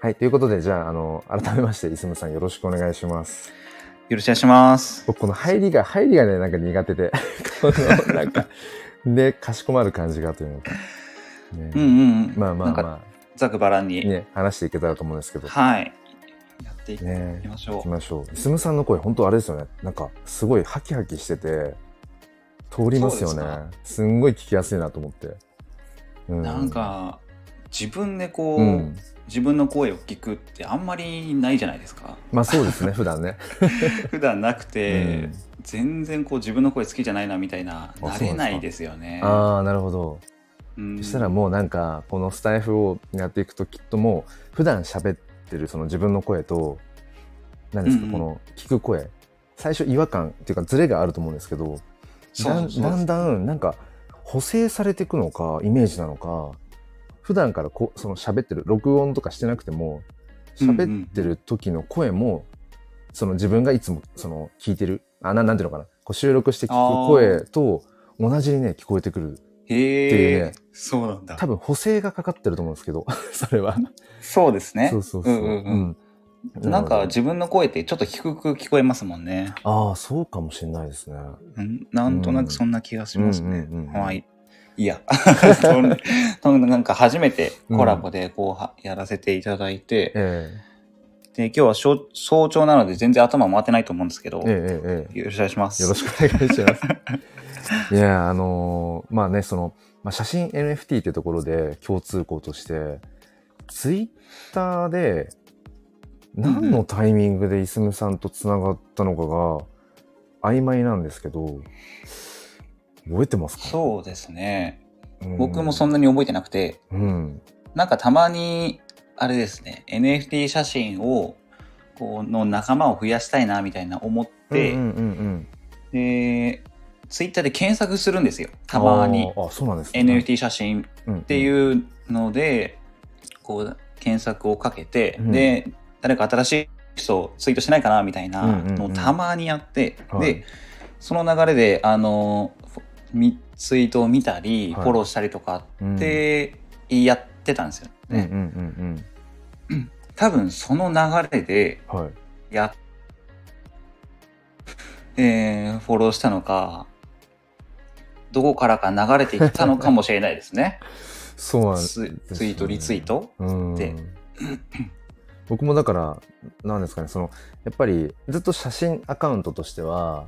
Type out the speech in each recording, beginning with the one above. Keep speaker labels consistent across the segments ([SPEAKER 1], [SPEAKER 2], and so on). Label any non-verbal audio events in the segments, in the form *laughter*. [SPEAKER 1] はい、ということで、じゃあ、あの、改めまして、いすむさんよろしくお願いします。
[SPEAKER 2] よろしくお願いします。
[SPEAKER 1] 僕、この入りが、入りがね、なんか苦手で、 *laughs* この、なんか、で、かしこまる感じがというのか。ね
[SPEAKER 2] うんうんうん。
[SPEAKER 1] まあまあ
[SPEAKER 2] なんか
[SPEAKER 1] ま
[SPEAKER 2] ざくばらん
[SPEAKER 1] あ、
[SPEAKER 2] に、
[SPEAKER 1] ね、話していけたらと思うんですけど。
[SPEAKER 2] はい。やってい
[SPEAKER 1] ね
[SPEAKER 2] きまし
[SPEAKER 1] 行
[SPEAKER 2] ょ
[SPEAKER 1] きましょう。いすむさんの声、本当あれですよね。なんか、すごいハキハキしてて、通りますよ
[SPEAKER 2] そうで
[SPEAKER 1] ね。すんごい聞きやすいなと思って。う
[SPEAKER 2] う。なん、か、自分でこう、
[SPEAKER 1] うん。
[SPEAKER 2] 自分の声を聞くってあんまりないじゃないですか。 *laughs*
[SPEAKER 1] まあそうですね、普段ね。
[SPEAKER 2] 普段なくて、
[SPEAKER 1] うん
[SPEAKER 2] 全然こう自分の声好きじゃないなみたいな、
[SPEAKER 1] あ
[SPEAKER 2] 慣れないですよ *laughs* ね。
[SPEAKER 1] ああ、なるほど。
[SPEAKER 2] うん
[SPEAKER 1] そしたらもうなんか、このスタイフをやっていくときっともう、普段喋ってるその自分の声と、何ですか、
[SPEAKER 2] うんうん
[SPEAKER 1] この聞く声。最初違和感っていうかズレがあると思うんですけど、
[SPEAKER 2] そ
[SPEAKER 1] だ
[SPEAKER 2] うそ
[SPEAKER 1] ん
[SPEAKER 2] うそう
[SPEAKER 1] だんだんなんか補正されていくのか、イメージなのか、普段からこうその喋ってる、録音とかしてなくても、喋ってる時の声も、その自分がいつもその聞いてる、あななんていうのかな、こう収録して聞く声と同じにね、聞こえてくる。
[SPEAKER 2] へ
[SPEAKER 1] いう
[SPEAKER 2] え、
[SPEAKER 1] ね
[SPEAKER 2] そうなんだ
[SPEAKER 1] 多。分補正がかかってると思うんですけど、 *laughs* それは。
[SPEAKER 2] そうですね。
[SPEAKER 1] そうそうそう。
[SPEAKER 2] うんうんう
[SPEAKER 1] うな
[SPEAKER 2] なんか
[SPEAKER 1] るほど
[SPEAKER 2] 自分の声ってちょっと低く聞こえますもんね。
[SPEAKER 1] ああ、そうかもしれないですね。
[SPEAKER 2] うんなんとなくそんな気がしますね。
[SPEAKER 1] うんうんうんうん
[SPEAKER 2] はい。い *laughs* や、そんなそんななんか初めてコラボでこうはやらせていただいて、
[SPEAKER 1] え
[SPEAKER 2] で、今日はしょ早朝なので全然頭回ってないと思うんですけど、
[SPEAKER 1] えええ
[SPEAKER 2] よ
[SPEAKER 1] えええ
[SPEAKER 2] ろしくお願いします。
[SPEAKER 1] よろしくお願いし
[SPEAKER 2] *laughs*
[SPEAKER 1] ます。いや、あのーまあね、その、まあ、写真 NFT ってところで共通項として、ツイッターで何のタイミングでいすむさんとつながったのかが曖昧なんですけど、覚えてますか
[SPEAKER 2] そうですね。
[SPEAKER 1] うん
[SPEAKER 2] 僕もそんなに覚えてなくて、
[SPEAKER 1] うん。
[SPEAKER 2] なんかたまに、あれですね、NFT 写真を、こうの仲間を増やしたいなみたいな思って、
[SPEAKER 1] うんうんうんうん、
[SPEAKER 2] で、ツイッターで検索するんですよ。たまに。
[SPEAKER 1] あーあ、そうなんですね
[SPEAKER 2] NFT 写真
[SPEAKER 1] っ
[SPEAKER 2] って
[SPEAKER 1] う
[SPEAKER 2] いうので、こう検索をかけて、
[SPEAKER 1] うん
[SPEAKER 2] で誰か新しい人ツイートしないかなみたいな
[SPEAKER 1] うんうんうん
[SPEAKER 2] のをたまにやって、
[SPEAKER 1] はい
[SPEAKER 2] でその流れであのフォみツイートを見たり、
[SPEAKER 1] はい
[SPEAKER 2] フォローしたりとか
[SPEAKER 1] ん
[SPEAKER 2] ってやってたんですよ、
[SPEAKER 1] うんうん
[SPEAKER 2] ね
[SPEAKER 1] うん
[SPEAKER 2] 多分その流れで
[SPEAKER 1] うんはい
[SPEAKER 2] や、えーフォローしたのかどこからか流れてきたのかもしれないですね
[SPEAKER 1] *laughs* そうなんです
[SPEAKER 2] ツツイートリツイート
[SPEAKER 1] うん
[SPEAKER 2] で
[SPEAKER 1] 僕もだからなんですかねそのやっぱりずっと写真アカウントとしては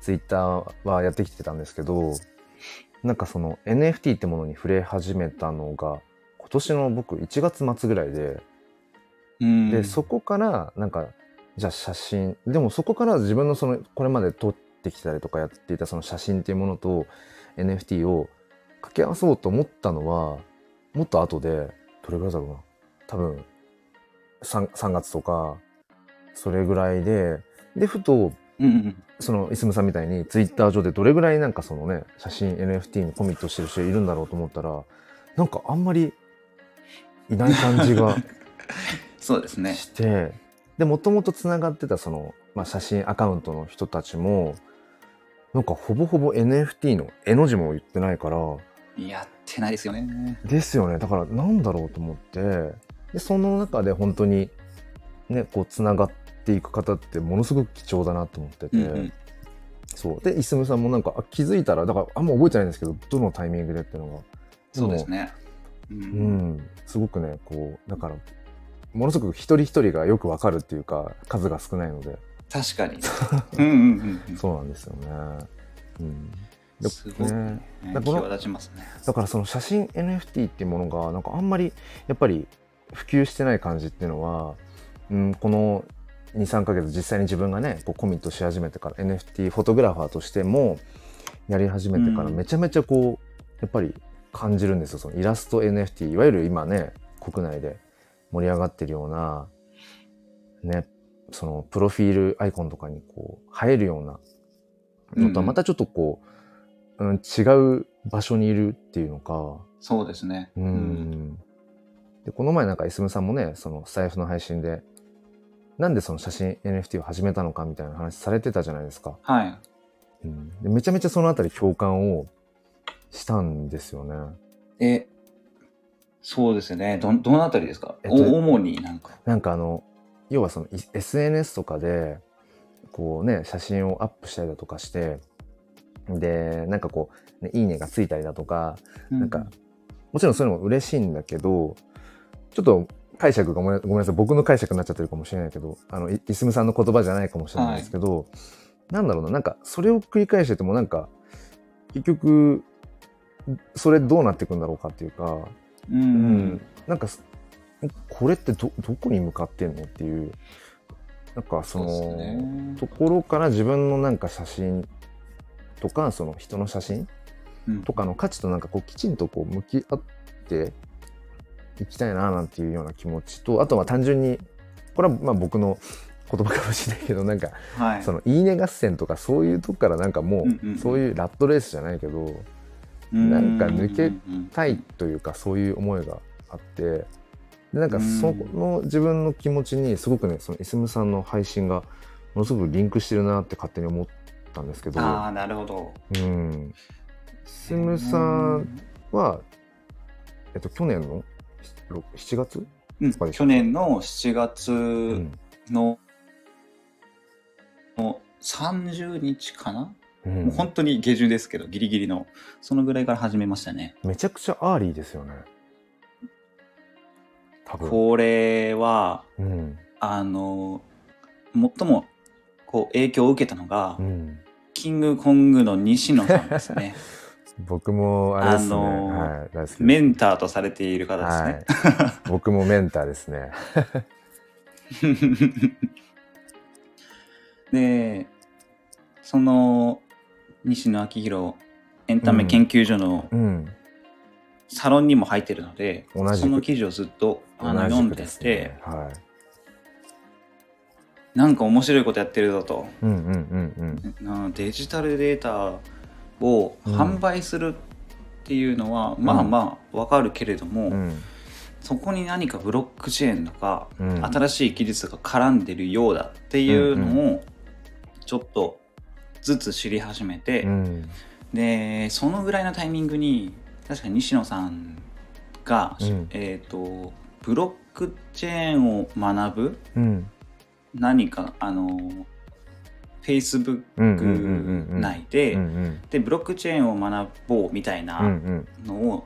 [SPEAKER 1] ツイッターはやってきてたんですけどなんかその NFT ってものに触れ始めたのが今年の僕1月末ぐらいで
[SPEAKER 2] うん
[SPEAKER 1] でそこからなんかじゃあ写真でもそこから自分のそのこれまで撮ってきたりとかやっていたその写真っていうものと NFT を掛け合わそうと思ったのはもっと後でどれぐらいだろうな多分 3, 3月とかそれぐらいででふと
[SPEAKER 2] うんうん
[SPEAKER 1] そのいすむさんみたいにツイッター上でどれぐらいなんかそのね写真 NFT にコミットしてる人いるんだろうと思ったらなんかあんまりいない感じが。
[SPEAKER 2] そうですね。
[SPEAKER 1] してでもともとつながってたその、まあ、写真アカウントの人たちもなんかほぼほぼ NFT の絵の字も言ってないから
[SPEAKER 2] やってないですよね。
[SPEAKER 1] ですよねだからなんだろうと思ってでその中で本当にねこうつながっていく方ってものすごく貴重だなと思ってて、
[SPEAKER 2] うんうん
[SPEAKER 1] そうでいすむさんもなんかあ気づいたらだからあんま覚えてないんですけどどのタイミングでっていうのが
[SPEAKER 2] そうですね。う
[SPEAKER 1] うんん、すごくねこうだからものすごく一人一人がよくわかるっていうか数が少ないので
[SPEAKER 2] 確
[SPEAKER 1] *laughs*
[SPEAKER 2] かに。うんうんうんうん。
[SPEAKER 1] そうなんですよね。うん、です
[SPEAKER 2] ごくね
[SPEAKER 1] ねだから
[SPEAKER 2] 際立ちますね。
[SPEAKER 1] だからその写真 NFT っていうものがなんかあんまりやっぱり普及してない感じっていうのは、うん、この23ヶ月実際に自分がねこうコミットし始めてから NFT フォトグラファーとしてもやり始めてから
[SPEAKER 2] うん
[SPEAKER 1] めちゃめちゃこうやっぱり感じるんですよそのイラスト NFT いわゆる今ね国内で盛り上がってるようなねそのプロフィールアイコンとかにこう映えるようなのとはまたちょっとこう、うん、違う場所にいるっていうのか、
[SPEAKER 2] そうですね。
[SPEAKER 1] うんでこの前なんかいすむさんもねそのスタイフの配信でなんでその写真 NFT を始めたのかみたいな話されてたじゃないですか、
[SPEAKER 2] はい。
[SPEAKER 1] うん、でめちゃめちゃそのあたり共感をしたんですよね
[SPEAKER 2] え、そうですね。ど、どのあたりですか、
[SPEAKER 1] えっと
[SPEAKER 2] お主になんか。
[SPEAKER 1] なんかあの要はそのい SNS とかでこうね写真をアップしたりだとかしてでなんかこう、ね、いいねがついたりだとか
[SPEAKER 2] なん
[SPEAKER 1] かもちろんそういうのも嬉しいんだけどちょっと解釈がごめんごめんなさい僕の解釈になっちゃってるかもしれないけどあのいいすみさんの言葉じゃないかもしれないですけど、なんだろうななんかそれを繰り返しててもなんか結局それどうなっていくんだろうかっていうか
[SPEAKER 2] うん、うん、
[SPEAKER 1] なんかすこれってどどこに向かってんのっていうなんかそ
[SPEAKER 2] そ
[SPEAKER 1] の
[SPEAKER 2] うですね。
[SPEAKER 1] ところから自分のなんか写真とかその人の写真
[SPEAKER 2] うん
[SPEAKER 1] とかの価値となんかこうきちんとこう向き合っていきたいななんていうような気持ちとあとは単純にこれはまあ僕の言葉かもしれないけどなんか
[SPEAKER 2] はい。
[SPEAKER 1] その「いいね合戦」とかそういうとこからなんかも
[SPEAKER 2] うんうんうん
[SPEAKER 1] うそういうラットレースじゃないけどなんか抜けたいというかそういう思いがあってでなんかその自分の気持ちにすごくねそのいすむさんの配信がものすごくリンクしてるなって勝手に思ったんですけど、
[SPEAKER 2] ああ、なるほど。
[SPEAKER 1] うん、いすむさんは、えっと、去年のろ7月、
[SPEAKER 2] うん、
[SPEAKER 1] そうです
[SPEAKER 2] 去年の7月
[SPEAKER 1] うん
[SPEAKER 2] の,、の30日かな、
[SPEAKER 1] うん
[SPEAKER 2] もう本当に下旬ですけど、ギリギリの、そのぐらいから始めましたね。
[SPEAKER 1] めちゃくちゃアーリーですよね多分、
[SPEAKER 2] これは、
[SPEAKER 1] うん
[SPEAKER 2] あの、最もこう影響を受けたのが、
[SPEAKER 1] うん、
[SPEAKER 2] キングコングの西野さんで
[SPEAKER 1] *laughs*
[SPEAKER 2] すね。
[SPEAKER 1] 僕もあれですね、
[SPEAKER 2] あのー
[SPEAKER 1] はい、大好きです
[SPEAKER 2] メンターとされている方ですね。
[SPEAKER 1] はい、僕もメンターですね
[SPEAKER 2] *laughs* でその西野昭弘エンタメ研究所の
[SPEAKER 1] うん
[SPEAKER 2] サロンにも入ってるので、
[SPEAKER 1] 同じく
[SPEAKER 2] その記事をずっとあ
[SPEAKER 1] 同
[SPEAKER 2] の
[SPEAKER 1] じく
[SPEAKER 2] 読んで
[SPEAKER 1] で
[SPEAKER 2] て
[SPEAKER 1] すねはい
[SPEAKER 2] なんか面白いことやってるぞと
[SPEAKER 1] うんうんうん
[SPEAKER 2] なデジタルデータを販売するっていうのは、
[SPEAKER 1] ん
[SPEAKER 2] まあまあわかるけれども、
[SPEAKER 1] うんうん
[SPEAKER 2] そこに何かブロックチェーンとか、
[SPEAKER 1] うん
[SPEAKER 2] 新しい技術が絡んでるようだっていうのをちょっとずつ知り始めて、
[SPEAKER 1] うん
[SPEAKER 2] でそのぐらいのタイミングに確かに西野さんが、
[SPEAKER 1] うん
[SPEAKER 2] えっ、とブロックチェーンを学ぶ
[SPEAKER 1] うん
[SPEAKER 2] 何かあの Facebook
[SPEAKER 1] うんうんうんうんうん
[SPEAKER 2] 内で,、
[SPEAKER 1] うんうん
[SPEAKER 2] でブロックチェーンを学ぼうみたいな、
[SPEAKER 1] うんうん
[SPEAKER 2] のを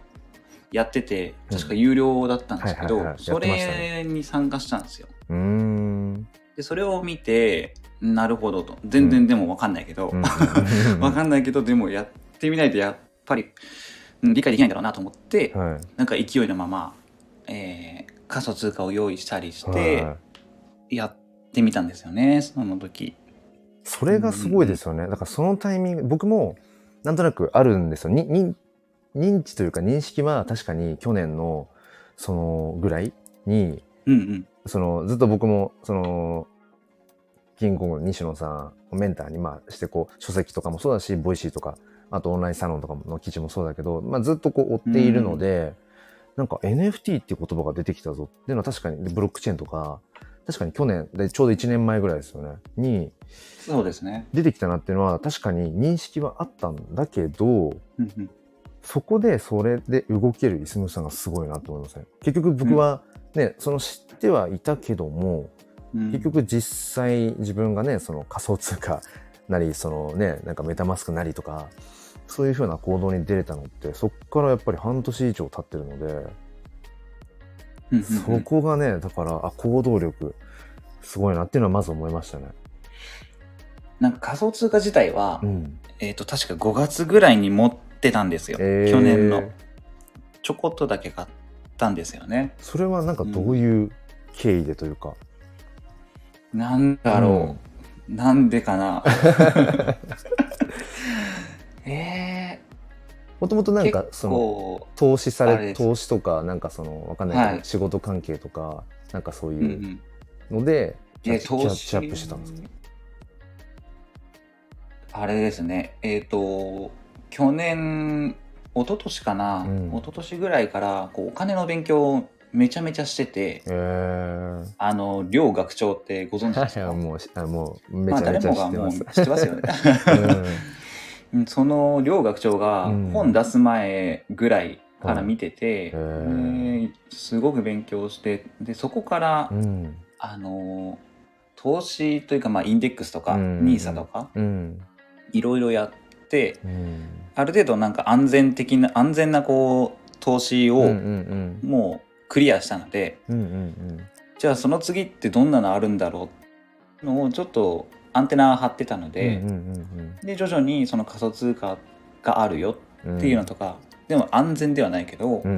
[SPEAKER 2] やってて
[SPEAKER 1] うん
[SPEAKER 2] 確か有料だったんですけど、
[SPEAKER 1] はいはいはい
[SPEAKER 2] そ
[SPEAKER 1] やってました
[SPEAKER 2] れに参加したんですよ。
[SPEAKER 1] うーん
[SPEAKER 2] でそれを見てなるほどと全
[SPEAKER 1] う
[SPEAKER 2] 然
[SPEAKER 1] ん
[SPEAKER 2] でも分かんないけど、
[SPEAKER 1] うん
[SPEAKER 2] 分かんないけどでもやってみないとやっぱりうん理解できないんだろうなと思って、
[SPEAKER 1] はい
[SPEAKER 2] なんか勢いのまま、えー仮想通貨を用意したりして
[SPEAKER 1] はい
[SPEAKER 2] やってみたんですよねその時。
[SPEAKER 1] それがすごいですよねだからそのタイミング僕もなんとなくあるんですよにに認知というか認識は確かに去年のそのぐらいに
[SPEAKER 2] うんうん
[SPEAKER 1] そのずっと僕もそのキングコングの西野さんをメンターにまあしてこう書籍とかもそうだしボイシーとかあとオンラインサロンとかの記事もそうだけど、まあ、ずっとこう追っているので、なんか NFT っていう言葉が出てきたぞっていうのは確かにでブロックチェーンとか確かに去年でちょうど1年前ぐらいですよねに
[SPEAKER 2] そうですね。
[SPEAKER 1] 出てきたなっていうのは確かに認識はあったんだけど
[SPEAKER 2] うんうん
[SPEAKER 1] そこでそれで動けるイスムさんがすごいなと思いますね。結局僕は、ねその知ってはいたけども、
[SPEAKER 2] うん
[SPEAKER 1] 結局実際自分がねその仮想通貨なりそのねなんかメタマスクなりとかそういうふうな行動に出れたのってそっからやっぱり半年以上経ってるので、
[SPEAKER 2] うんうんう
[SPEAKER 1] そ
[SPEAKER 2] ん
[SPEAKER 1] こがねだからあ行動力すごいなっていうのはまず思いましたね。
[SPEAKER 2] なんか仮想通貨自体は、
[SPEAKER 1] うん、
[SPEAKER 2] えっ、と、確か5月ぐらいに持ってたんですよ。
[SPEAKER 1] えー
[SPEAKER 2] 去年の。ちょこっとだけ買ったんですよね。
[SPEAKER 1] それはなんかどういう経緯でというか。
[SPEAKER 2] なんだろう。なんで
[SPEAKER 1] *laughs*
[SPEAKER 2] かな。え
[SPEAKER 1] もともと
[SPEAKER 2] ー、
[SPEAKER 1] なんか
[SPEAKER 2] 結
[SPEAKER 1] その
[SPEAKER 2] 構、
[SPEAKER 1] 投資さ
[SPEAKER 2] あれ
[SPEAKER 1] れ
[SPEAKER 2] です
[SPEAKER 1] 投資とかなんかそのわかんないけど、
[SPEAKER 2] はい
[SPEAKER 1] 仕事関係とかなんかそう
[SPEAKER 2] うんう。
[SPEAKER 1] いうんので、
[SPEAKER 2] で、
[SPEAKER 1] キャッチ
[SPEAKER 2] 投
[SPEAKER 1] キャッチ
[SPEAKER 2] 資。
[SPEAKER 1] アップしてたんですか。
[SPEAKER 2] あれですね。えっ、と、去年、一昨年かな、
[SPEAKER 1] うん
[SPEAKER 2] 一昨年ぐらいからこうお金の勉強をめちゃめちゃしてて、
[SPEAKER 1] えー
[SPEAKER 2] あの、両学長ってご存知です
[SPEAKER 1] はいは
[SPEAKER 2] か、
[SPEAKER 1] い、もうし、あもう、め
[SPEAKER 2] まあ
[SPEAKER 1] ちゃ
[SPEAKER 2] 誰
[SPEAKER 1] めちゃ
[SPEAKER 2] も
[SPEAKER 1] 知っ
[SPEAKER 2] が
[SPEAKER 1] て
[SPEAKER 2] もう
[SPEAKER 1] ま
[SPEAKER 2] 知
[SPEAKER 1] す。
[SPEAKER 2] ってま
[SPEAKER 1] *laughs*
[SPEAKER 2] すよね。うんその両学長が
[SPEAKER 1] うん
[SPEAKER 2] 本出す前ぐらいから見てて、
[SPEAKER 1] へー
[SPEAKER 2] ですごく勉強してでそこから、
[SPEAKER 1] うん
[SPEAKER 2] あの投資というか、まあ、インデックスとか、
[SPEAKER 1] うん
[SPEAKER 2] NISA とか
[SPEAKER 1] うん
[SPEAKER 2] いろいろやって
[SPEAKER 1] うん
[SPEAKER 2] ある程度なんか安全的な安全なこう投資
[SPEAKER 1] うんうんう
[SPEAKER 2] を
[SPEAKER 1] ん
[SPEAKER 2] もうクリアしたので、
[SPEAKER 1] うんうん
[SPEAKER 2] じゃあその次ってどんなのあるんだろうのをちょっとアンテナ張ってたので、
[SPEAKER 1] うんうん
[SPEAKER 2] で徐々にその仮想通貨があるよ
[SPEAKER 1] うん
[SPEAKER 2] っていうのとか、でも安全ではないけど、
[SPEAKER 1] うん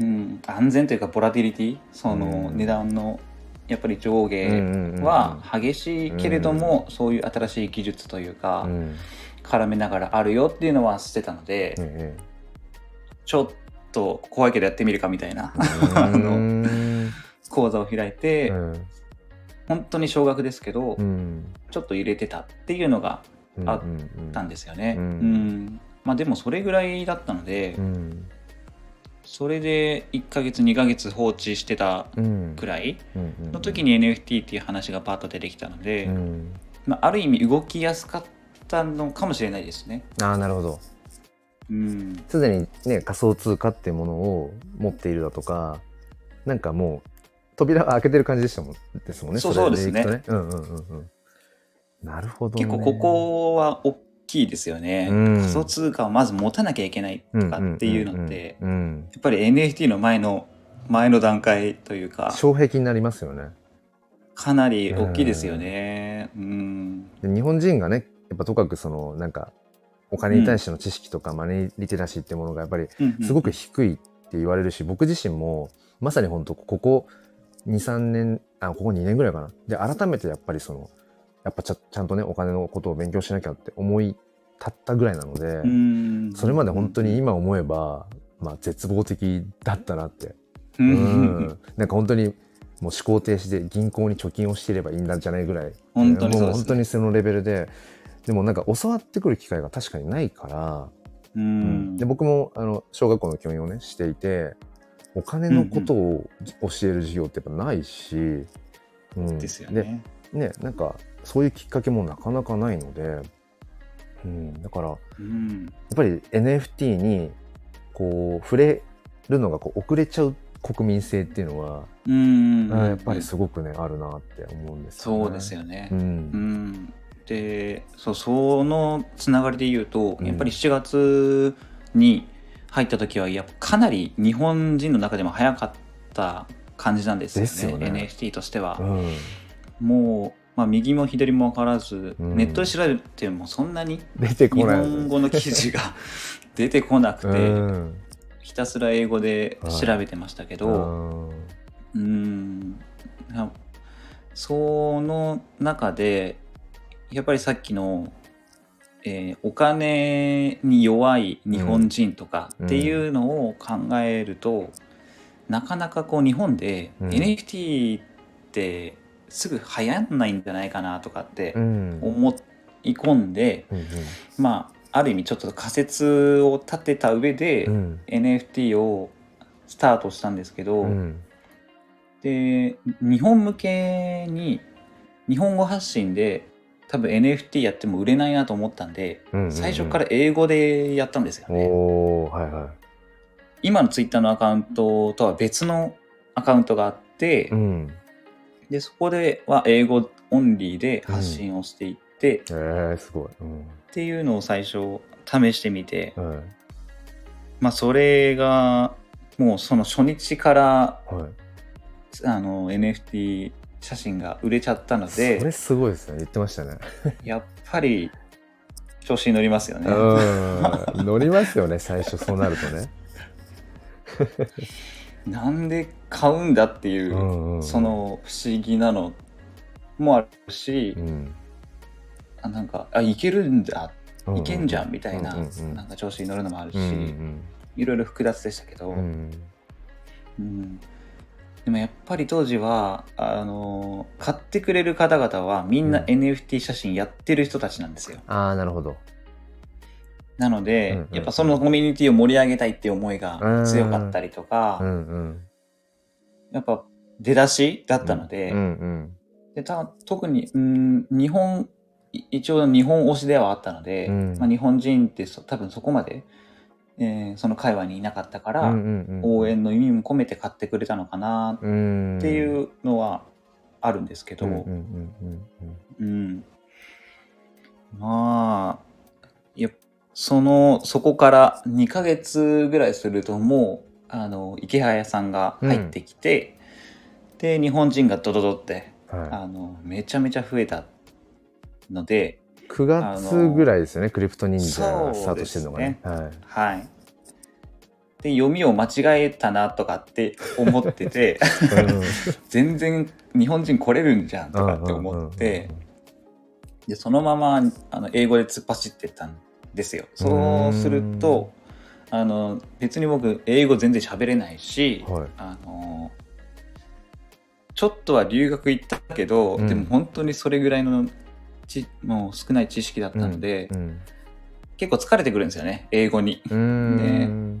[SPEAKER 1] うん
[SPEAKER 2] うん安全というかボラティリティその
[SPEAKER 1] うん
[SPEAKER 2] 値段のやっぱり上
[SPEAKER 1] うんうんう
[SPEAKER 2] 下
[SPEAKER 1] ん
[SPEAKER 2] は激しいけれども、そういう新しい技術というか、
[SPEAKER 1] うん
[SPEAKER 2] 絡めながらあるよっていうのはしてたので、
[SPEAKER 1] ええ
[SPEAKER 2] ちょっと怖いけどやってみるかみたいな
[SPEAKER 1] あ
[SPEAKER 2] の講座を開いて、
[SPEAKER 1] うん
[SPEAKER 2] 本当に少額ですけど、
[SPEAKER 1] うん
[SPEAKER 2] ちょっと入れてたっていうのがあっったん
[SPEAKER 1] で
[SPEAKER 2] ですよね。
[SPEAKER 1] う
[SPEAKER 2] うんんまあ、でもそれぐらいだったので、
[SPEAKER 1] うん
[SPEAKER 2] それで1ヶ月2ヶ月放置してた
[SPEAKER 1] うん
[SPEAKER 2] くらいの
[SPEAKER 1] の
[SPEAKER 2] 時に NFT っていう話がパッと出てきたので、
[SPEAKER 1] うん
[SPEAKER 2] まあ、ある意味動きやすかったのかもしれないですね。
[SPEAKER 1] ああなるほど
[SPEAKER 2] うん、
[SPEAKER 1] すでにね仮想通貨っていうものを持っているだとかなんかもう扉開けてる感じでしたもんですもんね
[SPEAKER 2] そう
[SPEAKER 1] れいくとう
[SPEAKER 2] そう
[SPEAKER 1] んうんうんうんなるほどね
[SPEAKER 2] 結構ここは大きいですよね。
[SPEAKER 1] うん
[SPEAKER 2] 仮想通貨をまず持たなきゃいけないとかっていうのって、
[SPEAKER 1] うんうんうんうん
[SPEAKER 2] やっぱり NFT の前の前の段階というか、
[SPEAKER 1] 障壁になりますよね
[SPEAKER 2] かなり大きいですよね。うん、
[SPEAKER 1] で日本人がねやっぱとかくそのなんかお金に対しての知識とかマネーリテラシーってものがやっぱり
[SPEAKER 2] うんうん
[SPEAKER 1] すごく低いって言われるし、僕自身もまさに本当ここ23年あここ2年ぐらいかなで改めてやっぱりそのやっぱちゃちゃんとねお金のことを勉強しなきゃって思い立ったぐらいなので、
[SPEAKER 2] うん
[SPEAKER 1] それまで本当に今思えば、まあ、絶望的だったなって、う
[SPEAKER 2] う
[SPEAKER 1] んん、なんか本当にもう思考停止で銀行に貯金をしていればいいんだんじゃないぐらい
[SPEAKER 2] 本当にそ
[SPEAKER 1] もう
[SPEAKER 2] うです、ね、
[SPEAKER 1] 本当にそのレベルででもなんか教わってくる機会が確かにないから、
[SPEAKER 2] う
[SPEAKER 1] で
[SPEAKER 2] ん
[SPEAKER 1] 僕もあの小学校の教員をねしていてお金のことを教える授業ってやっぱないし、うん
[SPEAKER 2] ですよね。
[SPEAKER 1] でねなんかそういうきっかけもなかなかないので、うん、だからや
[SPEAKER 2] うん
[SPEAKER 1] っぱり NFT にこう触れるのがこう遅れちゃう国民性っていうのは、
[SPEAKER 2] うん
[SPEAKER 1] あやっぱりすごくねあるなって思うんです
[SPEAKER 2] そうです
[SPEAKER 1] よ
[SPEAKER 2] よね
[SPEAKER 1] ね。う。
[SPEAKER 2] うん
[SPEAKER 1] ん
[SPEAKER 2] でそうそのつながりで言うと、
[SPEAKER 1] うん
[SPEAKER 2] やっぱり7月に入った時はやっぱかなり日本人の中でも早かった感じなんですよね
[SPEAKER 1] ですよね
[SPEAKER 2] NFT としては
[SPEAKER 1] う。ん
[SPEAKER 2] もう、まあ、右も左も分からず、
[SPEAKER 1] うん
[SPEAKER 2] ネットで調べてもそんなに
[SPEAKER 1] 出て
[SPEAKER 2] 日
[SPEAKER 1] こない
[SPEAKER 2] 本語の記事が *laughs* 出てこなくて、
[SPEAKER 1] うん
[SPEAKER 2] ひたすら英語で調べてましたけど。
[SPEAKER 1] うん
[SPEAKER 2] うーんなその中でやっぱりさっきの、えーお金に弱い日本人とか
[SPEAKER 1] うん
[SPEAKER 2] っていうのを考えると、なかなかこう日本で
[SPEAKER 1] うん
[SPEAKER 2] NFT ってすぐ流行んないんじゃないかなとかって
[SPEAKER 1] うん
[SPEAKER 2] 思い込んで、
[SPEAKER 1] うん
[SPEAKER 2] まあある意味ちょっと仮説を立てた上で、
[SPEAKER 1] うん
[SPEAKER 2] NFT をスタートしたんですけど。
[SPEAKER 1] うん
[SPEAKER 2] で日本向けに日本語発信で多分 NFT やっても売れないなと思ったんで
[SPEAKER 1] うん
[SPEAKER 2] 最初から英語でやったんですよね、
[SPEAKER 1] おおはいは
[SPEAKER 2] 今の Twitter のアカウントとは別のアカウントがあって、
[SPEAKER 1] い。うん。
[SPEAKER 2] でそこでは英語オンリーで発信をしていって、
[SPEAKER 1] ええすごい。うん。
[SPEAKER 2] っていうのを最初試してみて、
[SPEAKER 1] は
[SPEAKER 2] まあそれがもうその初日から
[SPEAKER 1] い。はい。
[SPEAKER 2] あの NFT 写真が売れちゃったの
[SPEAKER 1] そ
[SPEAKER 2] で
[SPEAKER 1] れすごいですね。言ってましたね。
[SPEAKER 2] やっぱり調子に乗りますよね。
[SPEAKER 1] うん。乗りますよね。最初そうなるとね。
[SPEAKER 2] なんで買うんだっていうう、
[SPEAKER 1] んうん。
[SPEAKER 2] そ。の不思議なのもあるし、
[SPEAKER 1] うん。
[SPEAKER 2] あなんかあいけるんだ
[SPEAKER 1] う
[SPEAKER 2] いけんじゃんみたいな,、
[SPEAKER 1] うんうんうん
[SPEAKER 2] なんか調子に乗るのもあるし、
[SPEAKER 1] うんうん
[SPEAKER 2] いろいろ複雑でしたけど、
[SPEAKER 1] うん。うん。
[SPEAKER 2] うんでもやっぱり当時はあの買ってくれる方々はみん
[SPEAKER 1] う
[SPEAKER 2] なん NFT 写真やってる人たちなんですよ。
[SPEAKER 1] ああ、なるほど。
[SPEAKER 2] なので、
[SPEAKER 1] うんうん
[SPEAKER 2] やっぱそのコミュニティを盛り上げたいっていう思いが強かったりとか、
[SPEAKER 1] うんうん。
[SPEAKER 2] やっぱ出だしだったので、
[SPEAKER 1] うんうん。
[SPEAKER 2] でた特に、うん、日本、い一応日本推しではあったので、
[SPEAKER 1] うん
[SPEAKER 2] まあ、日本人ってそ多分そこまでえーその界隈にいなかったから、
[SPEAKER 1] ん
[SPEAKER 2] 応援の意味も込めて買ってくれたのかな
[SPEAKER 1] うん
[SPEAKER 2] っていうのはあるんですけど、
[SPEAKER 1] うんうんうんうん
[SPEAKER 2] うんまあいやそのそこから2ヶ月ぐらいするともうあの池早さんが入ってきて、で日本人がドドドって
[SPEAKER 1] うんは
[SPEAKER 2] あのめちゃめちゃ増えたので
[SPEAKER 1] い、9月ぐらいですよね、クリプト忍者がスタートしてるのがね。はい
[SPEAKER 2] はい。で読みを間違えたなとかって思ってて全然日本人来れるんじゃんとかって思って。でそのままあの英語で突っ走ってったんですよ。そうするとあの別に僕英語全然喋れない *laughs* し、
[SPEAKER 1] はい
[SPEAKER 2] あのちょっとは留学行ったけど、
[SPEAKER 1] うん
[SPEAKER 2] でも本当にそれぐらいのちもう少ない知識だったので、
[SPEAKER 1] うん
[SPEAKER 2] 結構疲れてくるんですよね英語に。
[SPEAKER 1] うん
[SPEAKER 2] ね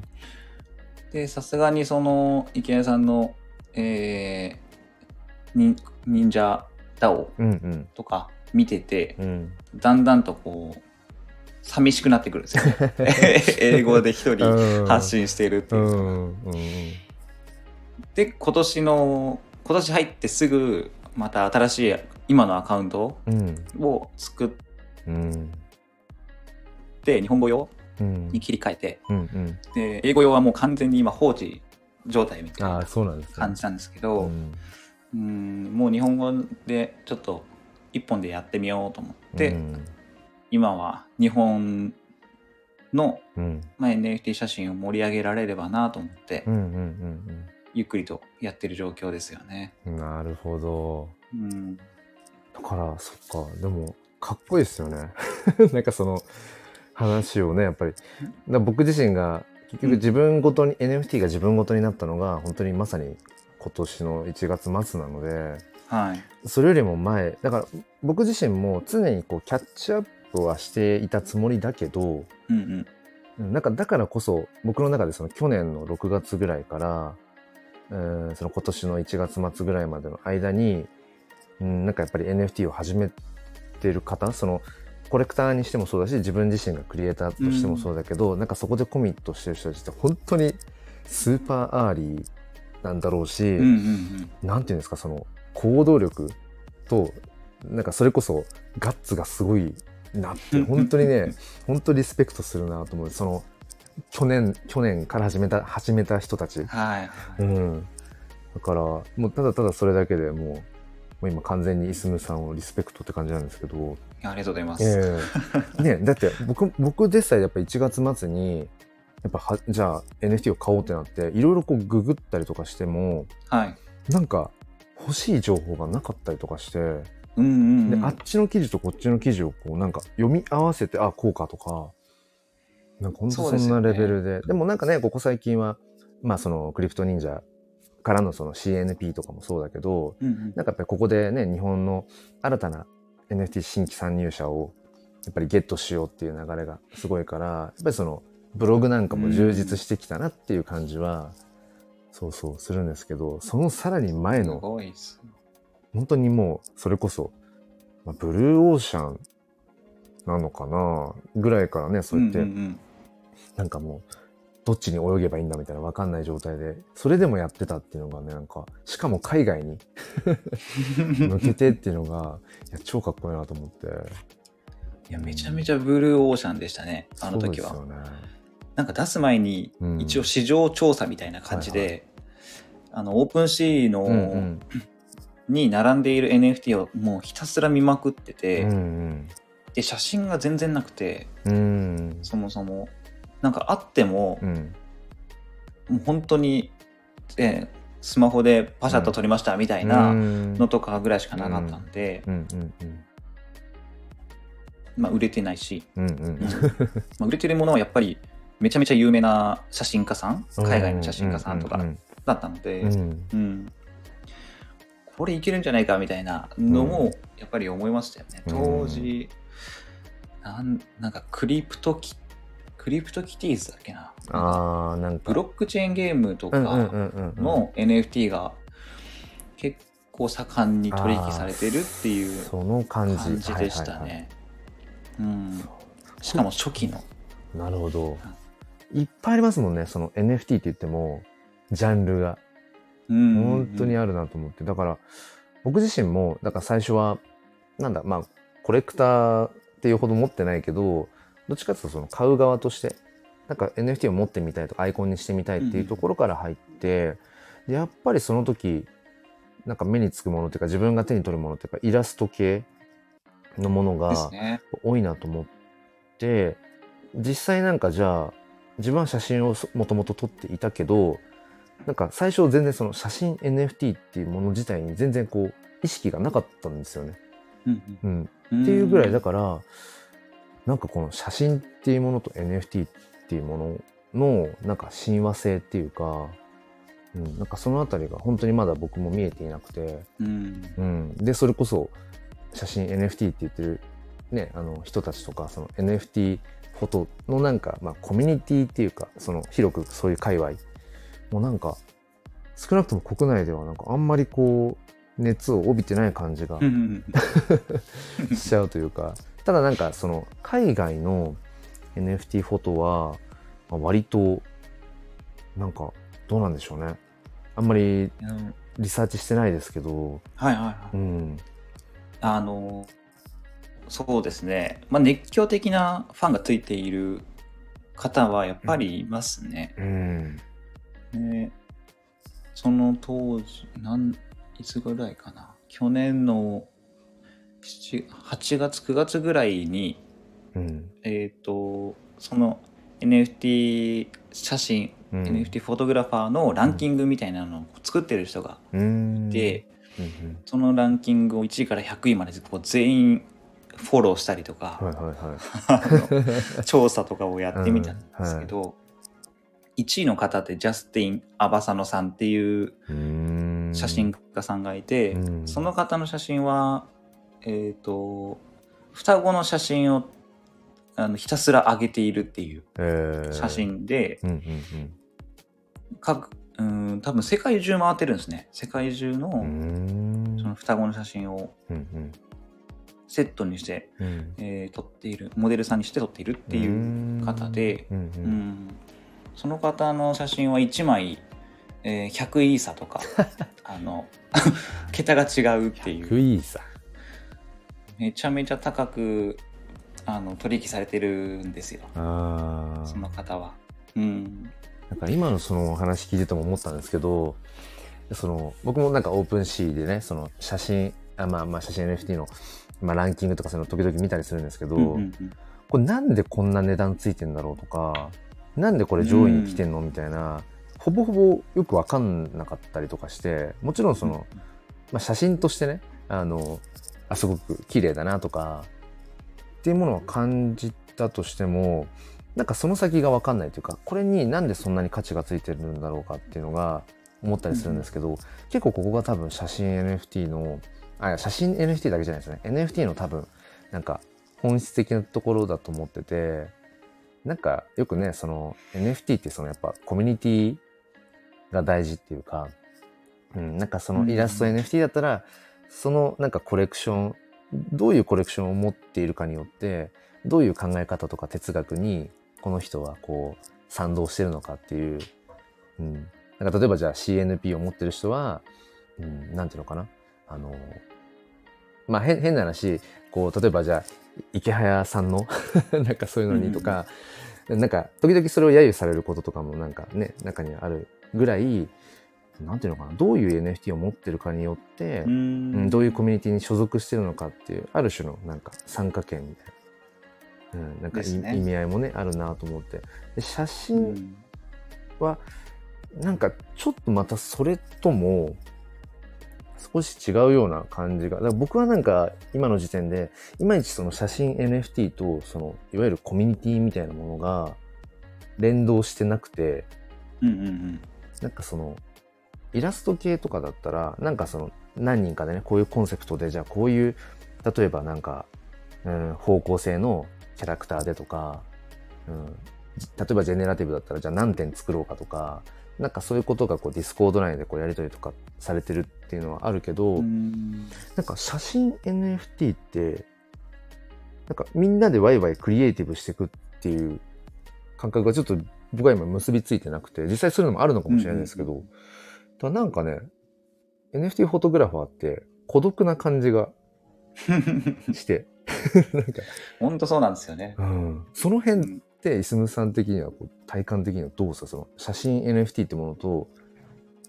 [SPEAKER 2] でさすがにその池谷さんの、えーに忍者ダオ
[SPEAKER 1] うんうん
[SPEAKER 2] とか見てて、
[SPEAKER 1] うん
[SPEAKER 2] だんだんとこう寂しくなってくるんですよ
[SPEAKER 1] *laughs*
[SPEAKER 2] ね英語で一人
[SPEAKER 1] うん
[SPEAKER 2] 発信しているって
[SPEAKER 1] う
[SPEAKER 2] い
[SPEAKER 1] ん
[SPEAKER 2] う、
[SPEAKER 1] うんうん
[SPEAKER 2] で今年の今年入ってすぐまた新しい今のアカウント
[SPEAKER 1] うん
[SPEAKER 2] を作っ
[SPEAKER 1] うん
[SPEAKER 2] て日本語用
[SPEAKER 1] うん
[SPEAKER 2] に切り替えて
[SPEAKER 1] うんうん
[SPEAKER 2] で英語用はもう完全に今放置状態みたい
[SPEAKER 1] あ
[SPEAKER 2] な
[SPEAKER 1] あそうなんですね
[SPEAKER 2] 感じなんですけ
[SPEAKER 1] う
[SPEAKER 2] ど、
[SPEAKER 1] ん
[SPEAKER 2] うんもう日本語でちょっと一本でやってみようと思って、
[SPEAKER 1] うん
[SPEAKER 2] 今は日本の、
[SPEAKER 1] うん
[SPEAKER 2] まあ、NFT 写真を盛り上げられればなと思って
[SPEAKER 1] うんうんうん
[SPEAKER 2] ゆっくりとやってる状況ですよね。
[SPEAKER 1] うんなるほど
[SPEAKER 2] うん、
[SPEAKER 1] だからそっかでもかっこいいですよねなんかその話をねやっぱりだから僕自身が結局自分ごとに、NFT が自分ごとになったのが本当にまさに今年の1月末なので
[SPEAKER 2] はい。
[SPEAKER 1] それよりも前だから僕自身も常にこうキャッチアップはしていたつもりだけど
[SPEAKER 2] うんうん。
[SPEAKER 1] うんなんかだからこそ僕の中でその去年の6月ぐらいからうんその今年の1月末ぐらいまでの間にうんなんかやっぱり NFT を始めてる方そのコレクターにしてもそうだし自分自身がクリエイターとしてもそうだけど、なんかそこでコミットしてる人たちって本当にスーパーアーリーなんだろうし、
[SPEAKER 2] うんうん
[SPEAKER 1] なんていうんですかその行動力となんかそれこそガッツがすごいな
[SPEAKER 2] *laughs*
[SPEAKER 1] って本当にね本当リスペクトするなと思うその去年去年から始めた始めた人たち
[SPEAKER 2] うん。、はい。
[SPEAKER 1] うん、だからもうただただそれだけでもうもう今完全にイスムさんをリスペクトって感じなんですけど、
[SPEAKER 2] ありがとうございます。
[SPEAKER 1] ええねだって僕僕でさえやっぱ1月末にやっぱはじゃあ NFT を買おうってなっていろいろこうググったりとかしても
[SPEAKER 2] はい。
[SPEAKER 1] なんか欲しい情報がなかったりとかして、
[SPEAKER 2] うんうん、う
[SPEAKER 1] で
[SPEAKER 2] ん。
[SPEAKER 1] あっちの記事とこっちの記事をこうなんか読み合わせてあこうかとかなんか本
[SPEAKER 2] そう
[SPEAKER 1] 当
[SPEAKER 2] です
[SPEAKER 1] そんな
[SPEAKER 2] よね
[SPEAKER 1] レベルでで,、もなんかねここ最近はまあそのクリプト忍者からのその CNP とかもそうだけど
[SPEAKER 2] うんうん。
[SPEAKER 1] なんかやっぱりここでね日本の新たな NFT 新規参入者をやっぱりゲットしようっていう流れがすごいからやっぱりそのブログなんかも充実してきたなっていう感じは、そうそうするんですけどそのさらに前
[SPEAKER 2] す
[SPEAKER 1] の
[SPEAKER 2] ごいっす。
[SPEAKER 1] 本当にもうそれこそ、まあブルーオーシャンなのかなぐらいからねそうやって、
[SPEAKER 2] うんうん
[SPEAKER 1] なんかもうどっちに泳げばいいんだみたいな分かんない状態でそれでもやってたっていうのがねなんかしかも海外
[SPEAKER 2] *laughs*
[SPEAKER 1] に
[SPEAKER 2] うん、
[SPEAKER 1] 向けてっていうのがいや超かっこいいなと思って
[SPEAKER 2] いやめちゃめちゃブルーオーシャンでしたねあの時は、
[SPEAKER 1] そうですよね
[SPEAKER 2] なんか出す前に
[SPEAKER 1] うん
[SPEAKER 2] 一応市場調査みたいな感じで、
[SPEAKER 1] はい
[SPEAKER 2] あのオープンシーの、
[SPEAKER 1] うんうん
[SPEAKER 2] に並んでいる NFT をもうひたすら見まくってて、
[SPEAKER 1] うん
[SPEAKER 2] で写真が全然なくて
[SPEAKER 1] うんうん
[SPEAKER 2] そもそもなんかあっても、
[SPEAKER 1] うん
[SPEAKER 2] もう本当に、えースマホでパシャッと撮りましたみたいなの
[SPEAKER 1] の
[SPEAKER 2] とかぐらいしかなかったんで、
[SPEAKER 1] うんうんうん
[SPEAKER 2] まあ、売れてないし、
[SPEAKER 1] うんうん
[SPEAKER 2] まあ、売れてるものはやっぱりめちゃめちゃ有名な写真家さん海外の写真家さんと
[SPEAKER 1] う
[SPEAKER 2] か
[SPEAKER 1] ん
[SPEAKER 2] だったので、
[SPEAKER 1] う
[SPEAKER 2] うん
[SPEAKER 1] うんんうん
[SPEAKER 2] これいけるんじゃないかみたいなの
[SPEAKER 1] うん
[SPEAKER 2] もやっぱり思いましたよね。当時なんなんかクリプトキクリプトキティーズだっけななんか
[SPEAKER 1] ああなんか
[SPEAKER 2] ブロックチェーンゲームとか、の NFT が結構盛んに取引されてるっていう
[SPEAKER 1] その感じ
[SPEAKER 2] 感じでした
[SPEAKER 1] はいはいはい
[SPEAKER 2] ね。うんしかも初期の
[SPEAKER 1] なるほどいっぱいありますもんねその NFT って言ってもジャンルが
[SPEAKER 2] うんうんうん
[SPEAKER 1] 本当にあるなと思って、だから僕自身もだから最初はなんだまあコレクターっていうほど持ってないけどどっちかっていうとその買う側としてなんか NFT を持ってみたいとかアイコンにしてみたいっていうところから入って、でやっぱりその時なんか目につくものっていうか自分が手に取るものっていうかイラスト系のものが、
[SPEAKER 2] ですね。
[SPEAKER 1] 多いなと思って実際なんかじゃあ自分は写真をもともと撮っていたけどなんか最初全然その写真 NFT っていうもの自体に全然こう意識がなかったんですよね。
[SPEAKER 2] うん
[SPEAKER 1] うん、
[SPEAKER 2] うん
[SPEAKER 1] っていうぐらいだか
[SPEAKER 2] か
[SPEAKER 1] ら、なんかこの写真っていうものと NFT っていうもののなんか親和性っていうか、うん、なんかそのあたりが本当にまだ僕も見えていなくて。
[SPEAKER 2] ら、うん
[SPEAKER 1] うん、でそれこそ写真 NFT って言ってる、ね、あの人たちとかその NFT フォトのなんか、まあ、コミュニティっていうかその広くそういう界隈もうなんか少なくとも国内ではなんかあんまりこう熱を帯びてない感じが
[SPEAKER 2] うんうん
[SPEAKER 1] しちゃうというかただなんかその海外の NFT フォトはまあ割となんかどうなんでしょうねあんまり
[SPEAKER 2] うんうん
[SPEAKER 1] リサーチしてないですけど、
[SPEAKER 2] はいはいは
[SPEAKER 1] う
[SPEAKER 2] い。
[SPEAKER 1] ん、
[SPEAKER 2] あの、そうですね。まあ、熱狂的なファンがついている方はやっぱりいますね。
[SPEAKER 1] うん、
[SPEAKER 2] でその当時なんいつぐらいかな去年の7 8月9月ぐらいに
[SPEAKER 1] うん、
[SPEAKER 2] えっ、とその NFT 写真、
[SPEAKER 1] うん
[SPEAKER 2] NFT フォトグラファーのランキングみたいなのを作ってる人がいて、
[SPEAKER 1] うん
[SPEAKER 2] そのランキングを1位から100位までこう全員フォローしたりとか、
[SPEAKER 1] うん、はいはい
[SPEAKER 2] あ
[SPEAKER 1] はい。
[SPEAKER 2] の調査とかをやってみたんですけど、1位の方ってジャスティン・アバサノさんっていう
[SPEAKER 1] うーん
[SPEAKER 2] 写真家さんがいて、
[SPEAKER 1] うん
[SPEAKER 2] その方の写真は、えっと双子の写真をあのひたすら上げているっていう
[SPEAKER 1] えー
[SPEAKER 2] 写。真で、
[SPEAKER 1] うんうん
[SPEAKER 2] 各うん多分世界中回ってるんですね世界中の,、
[SPEAKER 1] うん。うーん
[SPEAKER 2] その双子の写真を
[SPEAKER 1] うん
[SPEAKER 2] セットにして、
[SPEAKER 1] うんうん。っ
[SPEAKER 2] えー撮っているモデルさんにして撮っているっていう方で、
[SPEAKER 1] うん
[SPEAKER 2] うんその方の写真は1枚、えー100イーサと
[SPEAKER 1] *laughs*
[SPEAKER 2] かあの桁が違うっていう
[SPEAKER 1] うん。クイーさ。
[SPEAKER 2] めちゃめちゃ高くあの取引されてるんですよ
[SPEAKER 1] ああ
[SPEAKER 2] そ。の方は。うん、
[SPEAKER 1] なんか今のそのお話聞いてても思ったんですけど、その僕もなんかオープンシーでね、その写真、あまあまあ写真 NFT の、まあ、ランキングとかそういうの時々見たりするんですけど、
[SPEAKER 2] うんうんうん
[SPEAKER 1] これなんでこんな値段ついてんだろうとかなんでこれ上位に来てんのみたいな、ほぼほぼよく分かんなかったりとかしてもちろんその、まあ、写真としてねあのあすごく綺麗だなとかっていうものを感じたとしてもなんかその先が分かんないというかこれになんでそんなに価値がついてるんだろうかっていうのが思ったりするんですけど、結構ここが多分写真 NFT のあ写真 NFT だけじゃないですね NFT の多分なんか本質的なところだと思っててなんかよくねその NFT ってそのやっぱコミュニティが大事っていうか、うん、なんかそのイラスト
[SPEAKER 2] うん
[SPEAKER 1] NFT だったら、そのなんかコレクションどういうコレクションを持っているかによってどういう考え方とか哲学にこの人はこう賛同してるのかっていう、うん、なんか例えばじゃあ CNP を持ってる人は、うん、なんていうのかなあのまあ変変な話こう例えばじゃあ池早さんの *laughs* なんかそういうのにとか、なんか時々それを揶揄されることとかもなんかね中にはあるぐらいなんていうのかなどういう NFT を持ってるかによって、
[SPEAKER 2] うん
[SPEAKER 1] うん、どういうコミュニティに所属してるのかっていうある種のなんか参加権みたいな,、うん、なんかい
[SPEAKER 2] ですね
[SPEAKER 1] 意味合いもねあるなと思ってで写
[SPEAKER 2] う
[SPEAKER 1] 真
[SPEAKER 2] ん
[SPEAKER 1] はなんかちょっとまたそれとも少し違うような感じがだから僕はなんか今の時点でいまいちその写真 NFT とそのいわゆるコミュニティみたいなものが連動してなくて
[SPEAKER 2] うんうん
[SPEAKER 1] なんかそのイラスト系とかだったらなんかその何人かでねこういうコンセプトでじゃあこういう例えばなんか、うん、方向性のキャラクターでとか、うん、じ例えばジェネラティブだったらじゃあ何点作ろうかとかなんかそういうことがこうディスコード内でこうやり取りとかされてるっていうのはあるけど、
[SPEAKER 2] うんうん
[SPEAKER 1] なんか写真 NFT ってなんかみんなでワイワイクリエイティブしていくっていう感覚がちょっと僕は今結びついてなくて、実際するのもあるのかもしれないですけど、
[SPEAKER 2] うんうん
[SPEAKER 1] ただなんかね、NFT フォトグラファーって孤独な感じがして、なんか、
[SPEAKER 2] ほんと *laughs* そうなんですよね
[SPEAKER 1] う。ん、その辺
[SPEAKER 2] う
[SPEAKER 1] っ
[SPEAKER 2] ん
[SPEAKER 1] て、イスムさん的にはこう体感的にはどうですかその写真 NFT ってものと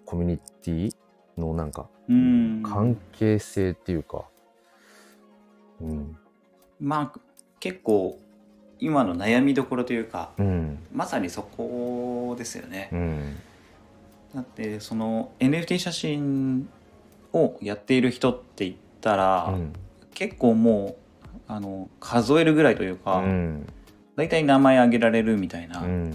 [SPEAKER 1] コミュニティのなんか
[SPEAKER 2] うん
[SPEAKER 1] 関係性っていうか、うん、
[SPEAKER 2] まあ結構今の悩みどころというか
[SPEAKER 1] うん、
[SPEAKER 2] まさにそこですよね
[SPEAKER 1] う。ん、
[SPEAKER 2] だってその NFT 写真をやっている人って言ったら、
[SPEAKER 1] うん、
[SPEAKER 2] 結構もうあの数えるぐらいというか、
[SPEAKER 1] うん、
[SPEAKER 2] だいたい名前挙げられるみたいな、
[SPEAKER 1] うん、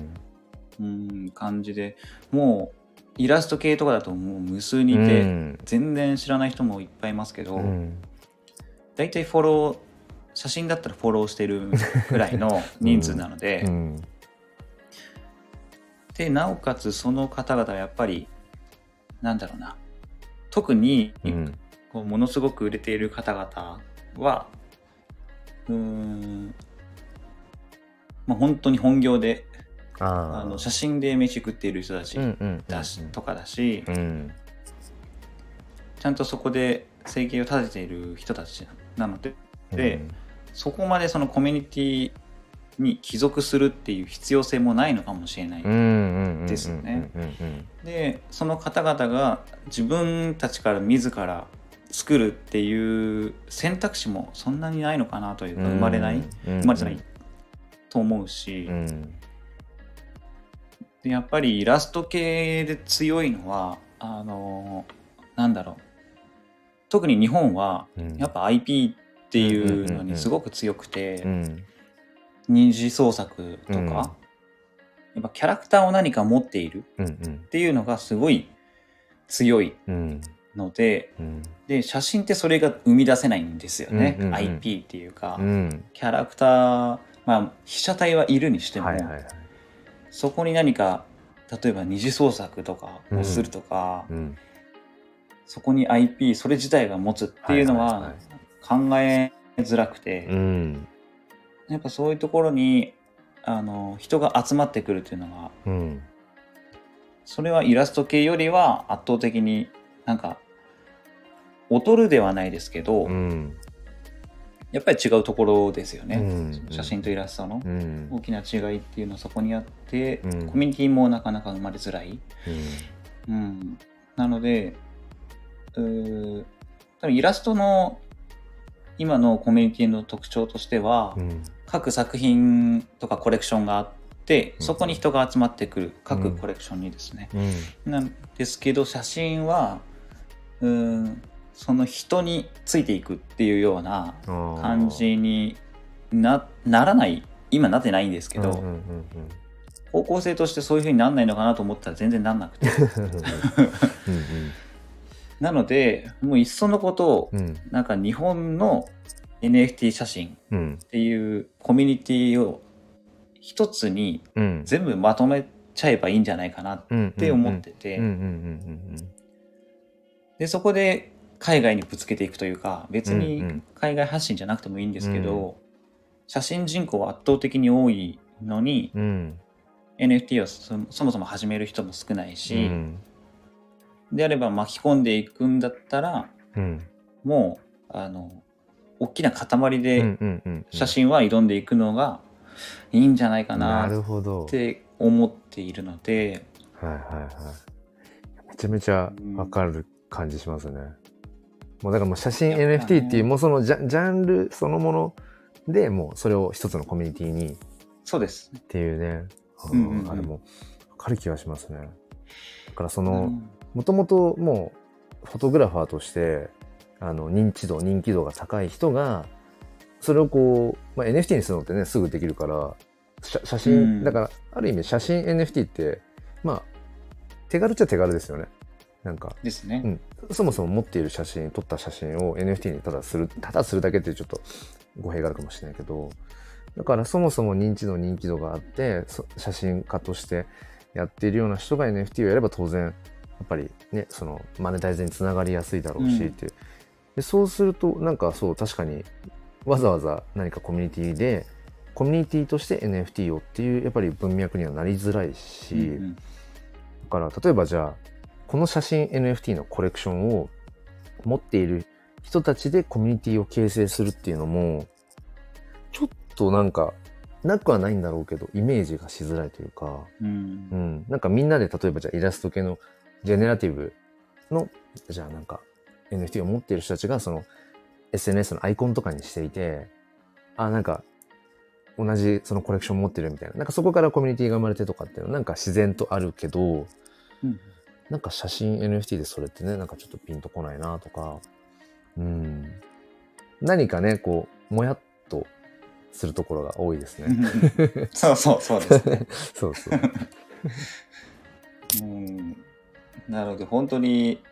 [SPEAKER 2] うん感じでもうイラスト系とかだともう無数にいて、
[SPEAKER 1] うん、
[SPEAKER 2] 全然知らない人もいっぱいいますけど、
[SPEAKER 1] うん、
[SPEAKER 2] だいたいフォロー写真だったらフォローしてるぐらい
[SPEAKER 1] *laughs*
[SPEAKER 2] の人数なので、
[SPEAKER 1] うん、
[SPEAKER 2] でなおかつその方々はやっぱりなんだろうな特に、
[SPEAKER 1] うん、
[SPEAKER 2] こうものすごく売れている方々はうーん、まあ、本当に本業で
[SPEAKER 1] ああ
[SPEAKER 2] あの写真で飯食っている人たち
[SPEAKER 1] うんうん
[SPEAKER 2] だし、とかだし、
[SPEAKER 1] うん
[SPEAKER 2] ちゃんとそこで生計を立てている人たちなのででそこまでそのコミュニティに帰属するっていう必要性もないのかもしれない、
[SPEAKER 1] うんうんうん
[SPEAKER 2] ですよね
[SPEAKER 1] うんうん
[SPEAKER 2] でその方々が自分たちから自ら作るっていう選択肢もそんなにないのかなというか
[SPEAKER 1] うん
[SPEAKER 2] 生まれない、
[SPEAKER 1] うん
[SPEAKER 2] 生まれてないと思うし、
[SPEAKER 1] うん
[SPEAKER 2] でやっぱりイラスト系で強いのはあのなんだろう特に日本は
[SPEAKER 1] うん
[SPEAKER 2] やっぱ IP っていうの
[SPEAKER 1] うんうんうんう
[SPEAKER 2] に
[SPEAKER 1] ん
[SPEAKER 2] すごく強くて、
[SPEAKER 1] うん
[SPEAKER 2] 二次創作とか、
[SPEAKER 1] うん
[SPEAKER 2] やっぱキャラクターを何か持っている
[SPEAKER 1] うんうん
[SPEAKER 2] っていうのがすごい強い
[SPEAKER 1] うん
[SPEAKER 2] ので
[SPEAKER 1] うん
[SPEAKER 2] で写真ってそれが生み出せないんですよね、
[SPEAKER 1] うんうんうん
[SPEAKER 2] IP っていうか、
[SPEAKER 1] うん
[SPEAKER 2] キャラクターまあ被写体はいるにしても、
[SPEAKER 1] はいはいはい
[SPEAKER 2] そこに何か例えば二次創作とかをするとか、
[SPEAKER 1] うん
[SPEAKER 2] そこに IP それ自体が持つっていうの
[SPEAKER 1] はいはい
[SPEAKER 2] は
[SPEAKER 1] はい
[SPEAKER 2] 考えづらくて、
[SPEAKER 1] うん
[SPEAKER 2] やっぱそういうところにあの人が集まってくるっていうのが
[SPEAKER 1] うん
[SPEAKER 2] それはイラスト系よりは圧倒的になんか劣るではないですけど、
[SPEAKER 1] うん
[SPEAKER 2] やっぱり違うところですよ
[SPEAKER 1] う
[SPEAKER 2] ね、
[SPEAKER 1] ん
[SPEAKER 2] 写真とイラストの
[SPEAKER 1] うん
[SPEAKER 2] 大きな違いっていうのはそこにあって、
[SPEAKER 1] うん
[SPEAKER 2] コミュニティもなかなか生まれづらい、
[SPEAKER 1] うん
[SPEAKER 2] うん、なのでうー多分イラストの今のコミュニティの特徴としては、
[SPEAKER 1] うん
[SPEAKER 2] 各作品とかコレクションがあってそこに人が集まってくる
[SPEAKER 1] う
[SPEAKER 2] 各
[SPEAKER 1] ん
[SPEAKER 2] コレクションにですね、
[SPEAKER 1] うん
[SPEAKER 2] なんですけど写真はうーんその人についていくっていうような
[SPEAKER 1] あー
[SPEAKER 2] 感じになならない今なってないんですけど、
[SPEAKER 1] うんうんうんうん
[SPEAKER 2] 方向性としてそういう風になんないのかなと思ったら全然なんなくてなのでもういっそのことを
[SPEAKER 1] うんうん
[SPEAKER 2] なんか日本の NFT 写真
[SPEAKER 1] うん
[SPEAKER 2] っていうコミュニティを一つに
[SPEAKER 1] うん
[SPEAKER 2] 全部まとめちゃえばいいんじゃないかなっ
[SPEAKER 1] うん
[SPEAKER 2] て思ってて、
[SPEAKER 1] うんうんうん
[SPEAKER 2] でそこで海外にぶつけていくというか別
[SPEAKER 1] うんう
[SPEAKER 2] に
[SPEAKER 1] ん
[SPEAKER 2] 海外発信じゃなくてもいいんですけど、写真人口は圧倒的に多いのに、
[SPEAKER 1] うんうん
[SPEAKER 2] NFT をそそもそも始める人も少ないうし、
[SPEAKER 1] ん
[SPEAKER 2] であれば巻き込んでいくんだったら
[SPEAKER 1] うん
[SPEAKER 2] もうあの大きな塊
[SPEAKER 1] うん
[SPEAKER 2] で
[SPEAKER 1] うんうん
[SPEAKER 2] 写真は挑んでいくのがいいんじゃないか
[SPEAKER 1] な
[SPEAKER 2] な
[SPEAKER 1] る
[SPEAKER 2] っ
[SPEAKER 1] ほど
[SPEAKER 2] て思っているので、
[SPEAKER 1] はいはいはい。めちゃめちゃわかる感じしますね。もうだからもう写真
[SPEAKER 2] やっぱね
[SPEAKER 1] NFT っていう、もうそのジャジャンルそのもので、もうそれを一つのコミュニティにっ
[SPEAKER 2] そうです。
[SPEAKER 1] ていうね、あ
[SPEAKER 2] うんうんうん
[SPEAKER 1] あれもわかる気がしますね。だからそうの、
[SPEAKER 2] ん
[SPEAKER 1] もともともうフォトグラファーとして、あの認知度、人気度が高い人が、それをこう、まあ、NFT にするのってね、すぐできるから、写写真、
[SPEAKER 2] うん
[SPEAKER 1] だから、ある意味写真 NFT って、まあ、手軽っちゃ手軽ですよね。なんか、
[SPEAKER 2] ですね。
[SPEAKER 1] うん、そもそも持っている写真、撮った写真を NFT にただする、ただするだけっていうちょっと語弊があるかもしれないけど、だからそもそも認知度、人気度があって、そ写真家としてやっているような人が NFT をやれば当然、やっぱりね、そのマネタイズにつながりやすいだろうし
[SPEAKER 2] うん
[SPEAKER 1] っていう。でそうすると、なんかそう、確かにわざわざ何かコミュニティでコミュニティとして NFT をっていうやっぱり文脈にはなりづらいし、
[SPEAKER 2] うん
[SPEAKER 1] だから例えばじゃあこの写真 NFT のコレクションを持っている人たちでコミュニティを形成するっていうのもちょっとなんかなくはないんだろうけどイメージがしづらいというか、
[SPEAKER 2] うん
[SPEAKER 1] う
[SPEAKER 2] う
[SPEAKER 1] んん、なんかみんなで例えばじゃあイラスト系のジェネラティブのじゃあなんか NFT を持っている人たちがその SNS のアイコンとかにしていてあなんか同じそのコレクション持ってるみたいななんかそこからコミュニティが生まれてとかっていうのはなんか自然とあるけど
[SPEAKER 2] うん
[SPEAKER 1] なんか写真 NFT でそれってね、なんかちょっとピンとこないなとか、うん。何かね、こう、もやっとするところが多いですね。
[SPEAKER 2] そうそうそうですね。
[SPEAKER 1] *laughs* そう
[SPEAKER 2] *laughs*
[SPEAKER 1] そう。
[SPEAKER 2] うん、なので本当に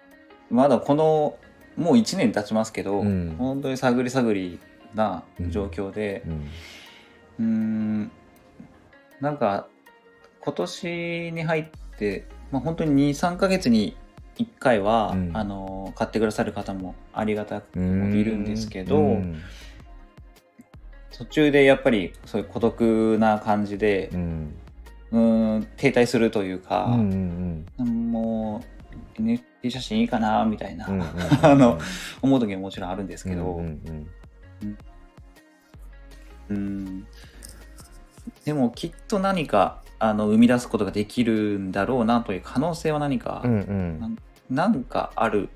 [SPEAKER 2] まだこのもう1年経ちますけど、
[SPEAKER 1] うん
[SPEAKER 2] 本当に探り探りな状況で
[SPEAKER 1] うん。
[SPEAKER 2] うんなんか今年に入って、まあ、本当に23ヶ月に1回は、
[SPEAKER 1] うん
[SPEAKER 2] あの買ってくださる方もありがたく
[SPEAKER 1] うん
[SPEAKER 2] いるんですけど、
[SPEAKER 1] うん。
[SPEAKER 2] 途中でやっぱりそういう孤独な感じで
[SPEAKER 1] う、ん。
[SPEAKER 2] うん、停滞するというか。
[SPEAKER 1] うんうん
[SPEAKER 2] もう NFT 写真いいかなみたいな、
[SPEAKER 1] うんうんうん
[SPEAKER 2] あの思う時ももちろんあるんですけど、
[SPEAKER 1] う
[SPEAKER 2] うん
[SPEAKER 1] うんん
[SPEAKER 2] でもきっと何かあの生み出すことができるんだろうなという可能性は何か、
[SPEAKER 1] うんうん
[SPEAKER 2] なんかある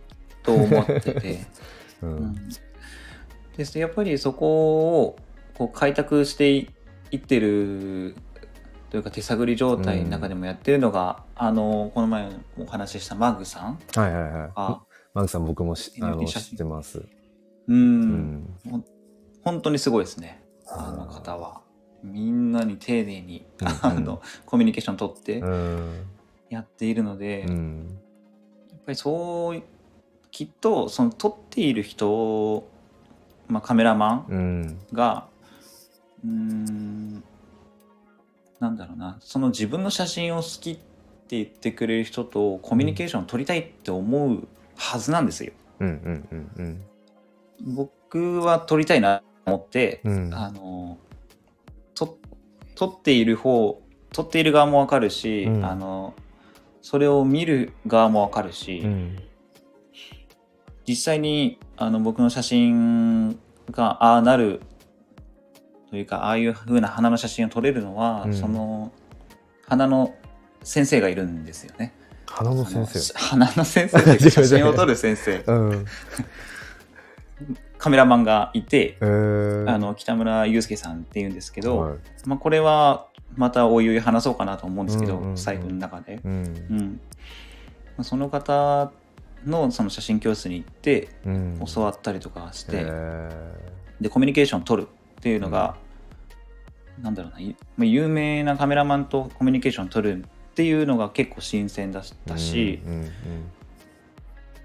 [SPEAKER 2] と思ってて、
[SPEAKER 1] う
[SPEAKER 2] うんんですやっぱりそこをこう開拓していいってるというか手探り状態の中でもやってるのが、あのこの前お話ししたマグさん
[SPEAKER 1] はいはいは
[SPEAKER 2] が
[SPEAKER 1] い。マグさん僕もしあの
[SPEAKER 2] NFT 写真
[SPEAKER 1] 知ってます。う
[SPEAKER 2] うん、
[SPEAKER 1] ん。
[SPEAKER 2] 本当にすごいですねあの方はみんなに丁寧に、あのコミュニケーション取って
[SPEAKER 1] うん。
[SPEAKER 2] やっているので、
[SPEAKER 1] う
[SPEAKER 2] やっ
[SPEAKER 1] ん。
[SPEAKER 2] ぱりそうきっとその撮っている人、まあ、カメラマン
[SPEAKER 1] うん。
[SPEAKER 2] がうーんなんだろうなその自分の写真を好きって言ってくれる人とコミュニケーションを取りたいって思うはずなんですよ。
[SPEAKER 1] うんうんうんうん。
[SPEAKER 2] 僕は撮りたいなと思って、
[SPEAKER 1] うん
[SPEAKER 2] あのと撮っている方撮っている側もわかるし、
[SPEAKER 1] うん
[SPEAKER 2] あのそれを見る側もわかるし、
[SPEAKER 1] うん
[SPEAKER 2] 実際にあの僕の写真がああなるというかああいう風な花の写真を撮れるのは、
[SPEAKER 1] うん
[SPEAKER 2] その花の先生がいるんですよね。
[SPEAKER 1] 花の先生。
[SPEAKER 2] あの花の先生というか
[SPEAKER 1] *laughs*
[SPEAKER 2] 写真を撮る先生
[SPEAKER 1] うん。
[SPEAKER 2] カメラマンがいて、
[SPEAKER 1] えー
[SPEAKER 2] あの北村祐介さんっていうんですけど、
[SPEAKER 1] はい
[SPEAKER 2] まあ、これはまたおいおい話そうかなと思うんですけど、
[SPEAKER 1] うんうんうん
[SPEAKER 2] 最後の中で、
[SPEAKER 1] う
[SPEAKER 2] うんんまあ、その方のその写真教室に行って
[SPEAKER 1] うん
[SPEAKER 2] 教わったりとかして、
[SPEAKER 1] へー
[SPEAKER 2] でコミュニケーション取るっていうのが、なんだろうないまあ有名なカメラマンとコミュニケーション取るっていうのが結構新鮮だったし、
[SPEAKER 1] うんうん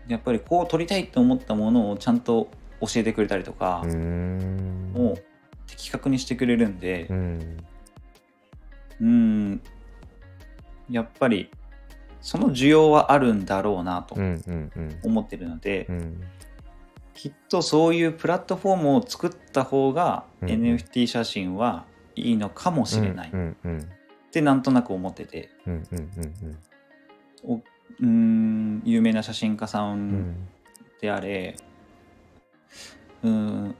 [SPEAKER 2] やっぱりこう撮りたいと思ったものをちゃんと教えてくれたりとか
[SPEAKER 1] う、ん
[SPEAKER 2] もう的確にしてくれるんで。
[SPEAKER 1] うん
[SPEAKER 2] うん、やっぱりその需要はあるんだろうなと
[SPEAKER 1] うんうんうん
[SPEAKER 2] 思ってるので、
[SPEAKER 1] うん
[SPEAKER 2] きっとそういうプラットフォームを作った方が
[SPEAKER 1] うん
[SPEAKER 2] NFT 写真はいいのかもしれないっ
[SPEAKER 1] うんうん
[SPEAKER 2] てなんとなく思ってて、
[SPEAKER 1] うんうんうん
[SPEAKER 2] おうん、有名な写真家さ
[SPEAKER 1] うんん
[SPEAKER 2] であれ、うん、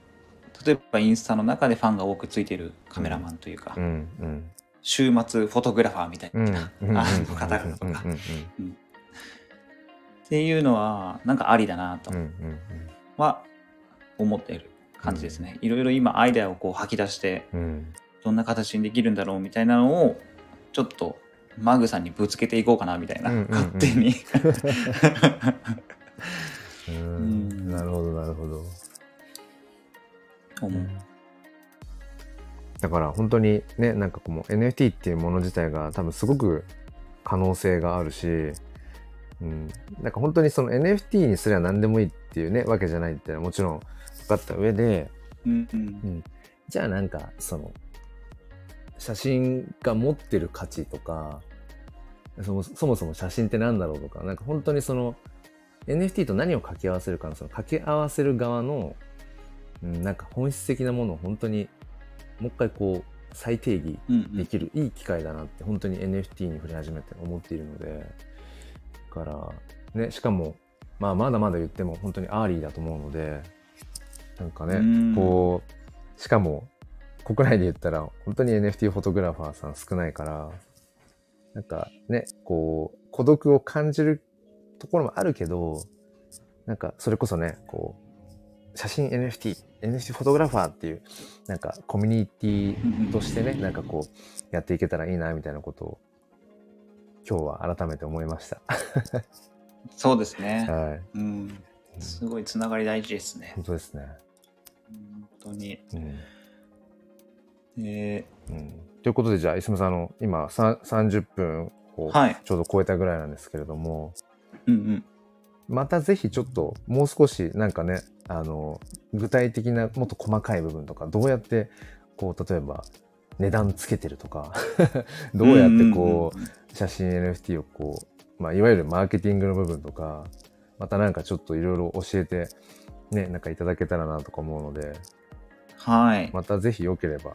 [SPEAKER 2] 例えばインスタの中でファンが多くついてるカメラマンというか、
[SPEAKER 1] うんうんうん
[SPEAKER 2] 週末フォトグラファーみたいな、
[SPEAKER 1] うんうん
[SPEAKER 2] あの方々とか
[SPEAKER 1] うんうん
[SPEAKER 2] っていうのはなんかありだなと
[SPEAKER 1] うんうん
[SPEAKER 2] は思っている感じですね、いろいろ今アイデアをこう吐き出して
[SPEAKER 1] うんうん
[SPEAKER 2] どんな形にできるんだろうみたいなのをちょっとマグさんにぶつけていこうかなみたいな、
[SPEAKER 1] うんうんうん
[SPEAKER 2] 勝手
[SPEAKER 1] *laughs*
[SPEAKER 2] に
[SPEAKER 1] うん
[SPEAKER 2] うん
[SPEAKER 1] なるほどなるほど
[SPEAKER 2] 思う
[SPEAKER 1] だから本当にねなんかこうもう NFT っていうもの自体が多分すごく可能性があるし、うん、なんか本当にその NFT にすれば何でもいいっていうねわけじゃないっていうのはもちろん分かった上で
[SPEAKER 2] うんうん
[SPEAKER 1] じゃあなんかその写真が持ってる価値とかそもそもそも写真って何だろうとかなんか本当にその NFT と何を掛け合わせるかのその掛け合わせる側の、うん、なんか本質的なものを本当にもう一回こう再定義
[SPEAKER 2] うんう
[SPEAKER 1] で
[SPEAKER 2] ん、
[SPEAKER 1] きるいい機会だなって本当に NFT に触れ始めて思っているのでだからねしかも、まあ、まだまだ言っても本当にアーリーだと思うのでなんか
[SPEAKER 2] う
[SPEAKER 1] ね
[SPEAKER 2] ん
[SPEAKER 1] こうしかも国内で言ったら本当に NFT フォトグラファーさん少ないからなんかねこう孤独を感じるところもあるけどなんかそれこそねこう写真 NFT NFT フォトグラファーっていうなんかコミュニティとしてねなんかこうやっていけたらいいなみたいなことを今日は改めて思いました。
[SPEAKER 2] そうですね、
[SPEAKER 1] はい、
[SPEAKER 2] うん、すごいつながり大事ですね
[SPEAKER 1] 本当ですね。
[SPEAKER 2] 本当に、
[SPEAKER 1] うん
[SPEAKER 2] え
[SPEAKER 1] うん、ということでじゃあ磯村さんあの今さ30分を
[SPEAKER 2] ー、はい
[SPEAKER 1] ちょうど超えたぐらいなんですけれども、
[SPEAKER 2] うんうん
[SPEAKER 1] またぜひちょっともう少しなんかねあの具体的なもっと細かい部分とかどうやってこう例えば値段つけてるとか *laughs* どうやってこう,、
[SPEAKER 2] うんうん
[SPEAKER 1] 写真 NFT をこう、まあ、いわゆるマーケティングの部分とかまたなんかちょっといろいろ教えてねなんかいただけたらなとか思うので
[SPEAKER 2] うんはい、
[SPEAKER 1] またぜひよければ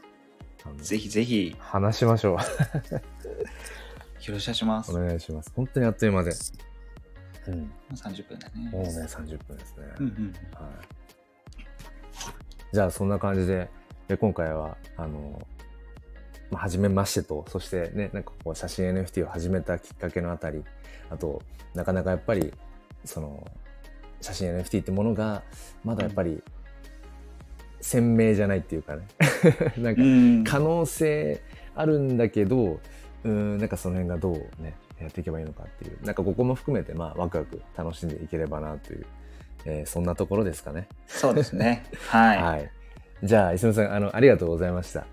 [SPEAKER 1] あの
[SPEAKER 2] ぜひぜひ
[SPEAKER 1] 話しましょう
[SPEAKER 2] よろしくお願いしま
[SPEAKER 1] *laughs* お
[SPEAKER 2] すも
[SPEAKER 1] 願いします本当にあっという間で、うん、
[SPEAKER 2] う30分だね
[SPEAKER 1] もうね30分ですね、
[SPEAKER 2] うんうん
[SPEAKER 1] はい、じゃあそんな感じでで今回はあの、まあ、初めましてとそしてねなんかこう写真 NFT を始めたきっかけのあたりあとなかなかやっぱりその写真 NFT ってものがまだやっぱり鮮明じゃないっていうかね *laughs* なんか *laughs*
[SPEAKER 2] うん
[SPEAKER 1] 可能性あるんだけどうーんなんかその辺がどうねやっていけばいいのかっていうなんかここも含めてまあワクワク楽しんでいければなという、えーそんなところですかね
[SPEAKER 2] そうですね。はい。
[SPEAKER 1] じゃあ磯野さんあのありがとうございました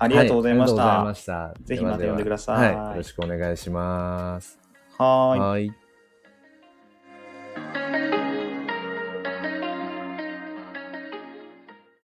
[SPEAKER 2] ありがとうございまし
[SPEAKER 1] はありがとうござい
[SPEAKER 2] た
[SPEAKER 1] ま。した
[SPEAKER 2] ぜひまた呼んでください
[SPEAKER 1] ははい、よろしくお願いします
[SPEAKER 2] はーい。
[SPEAKER 1] はい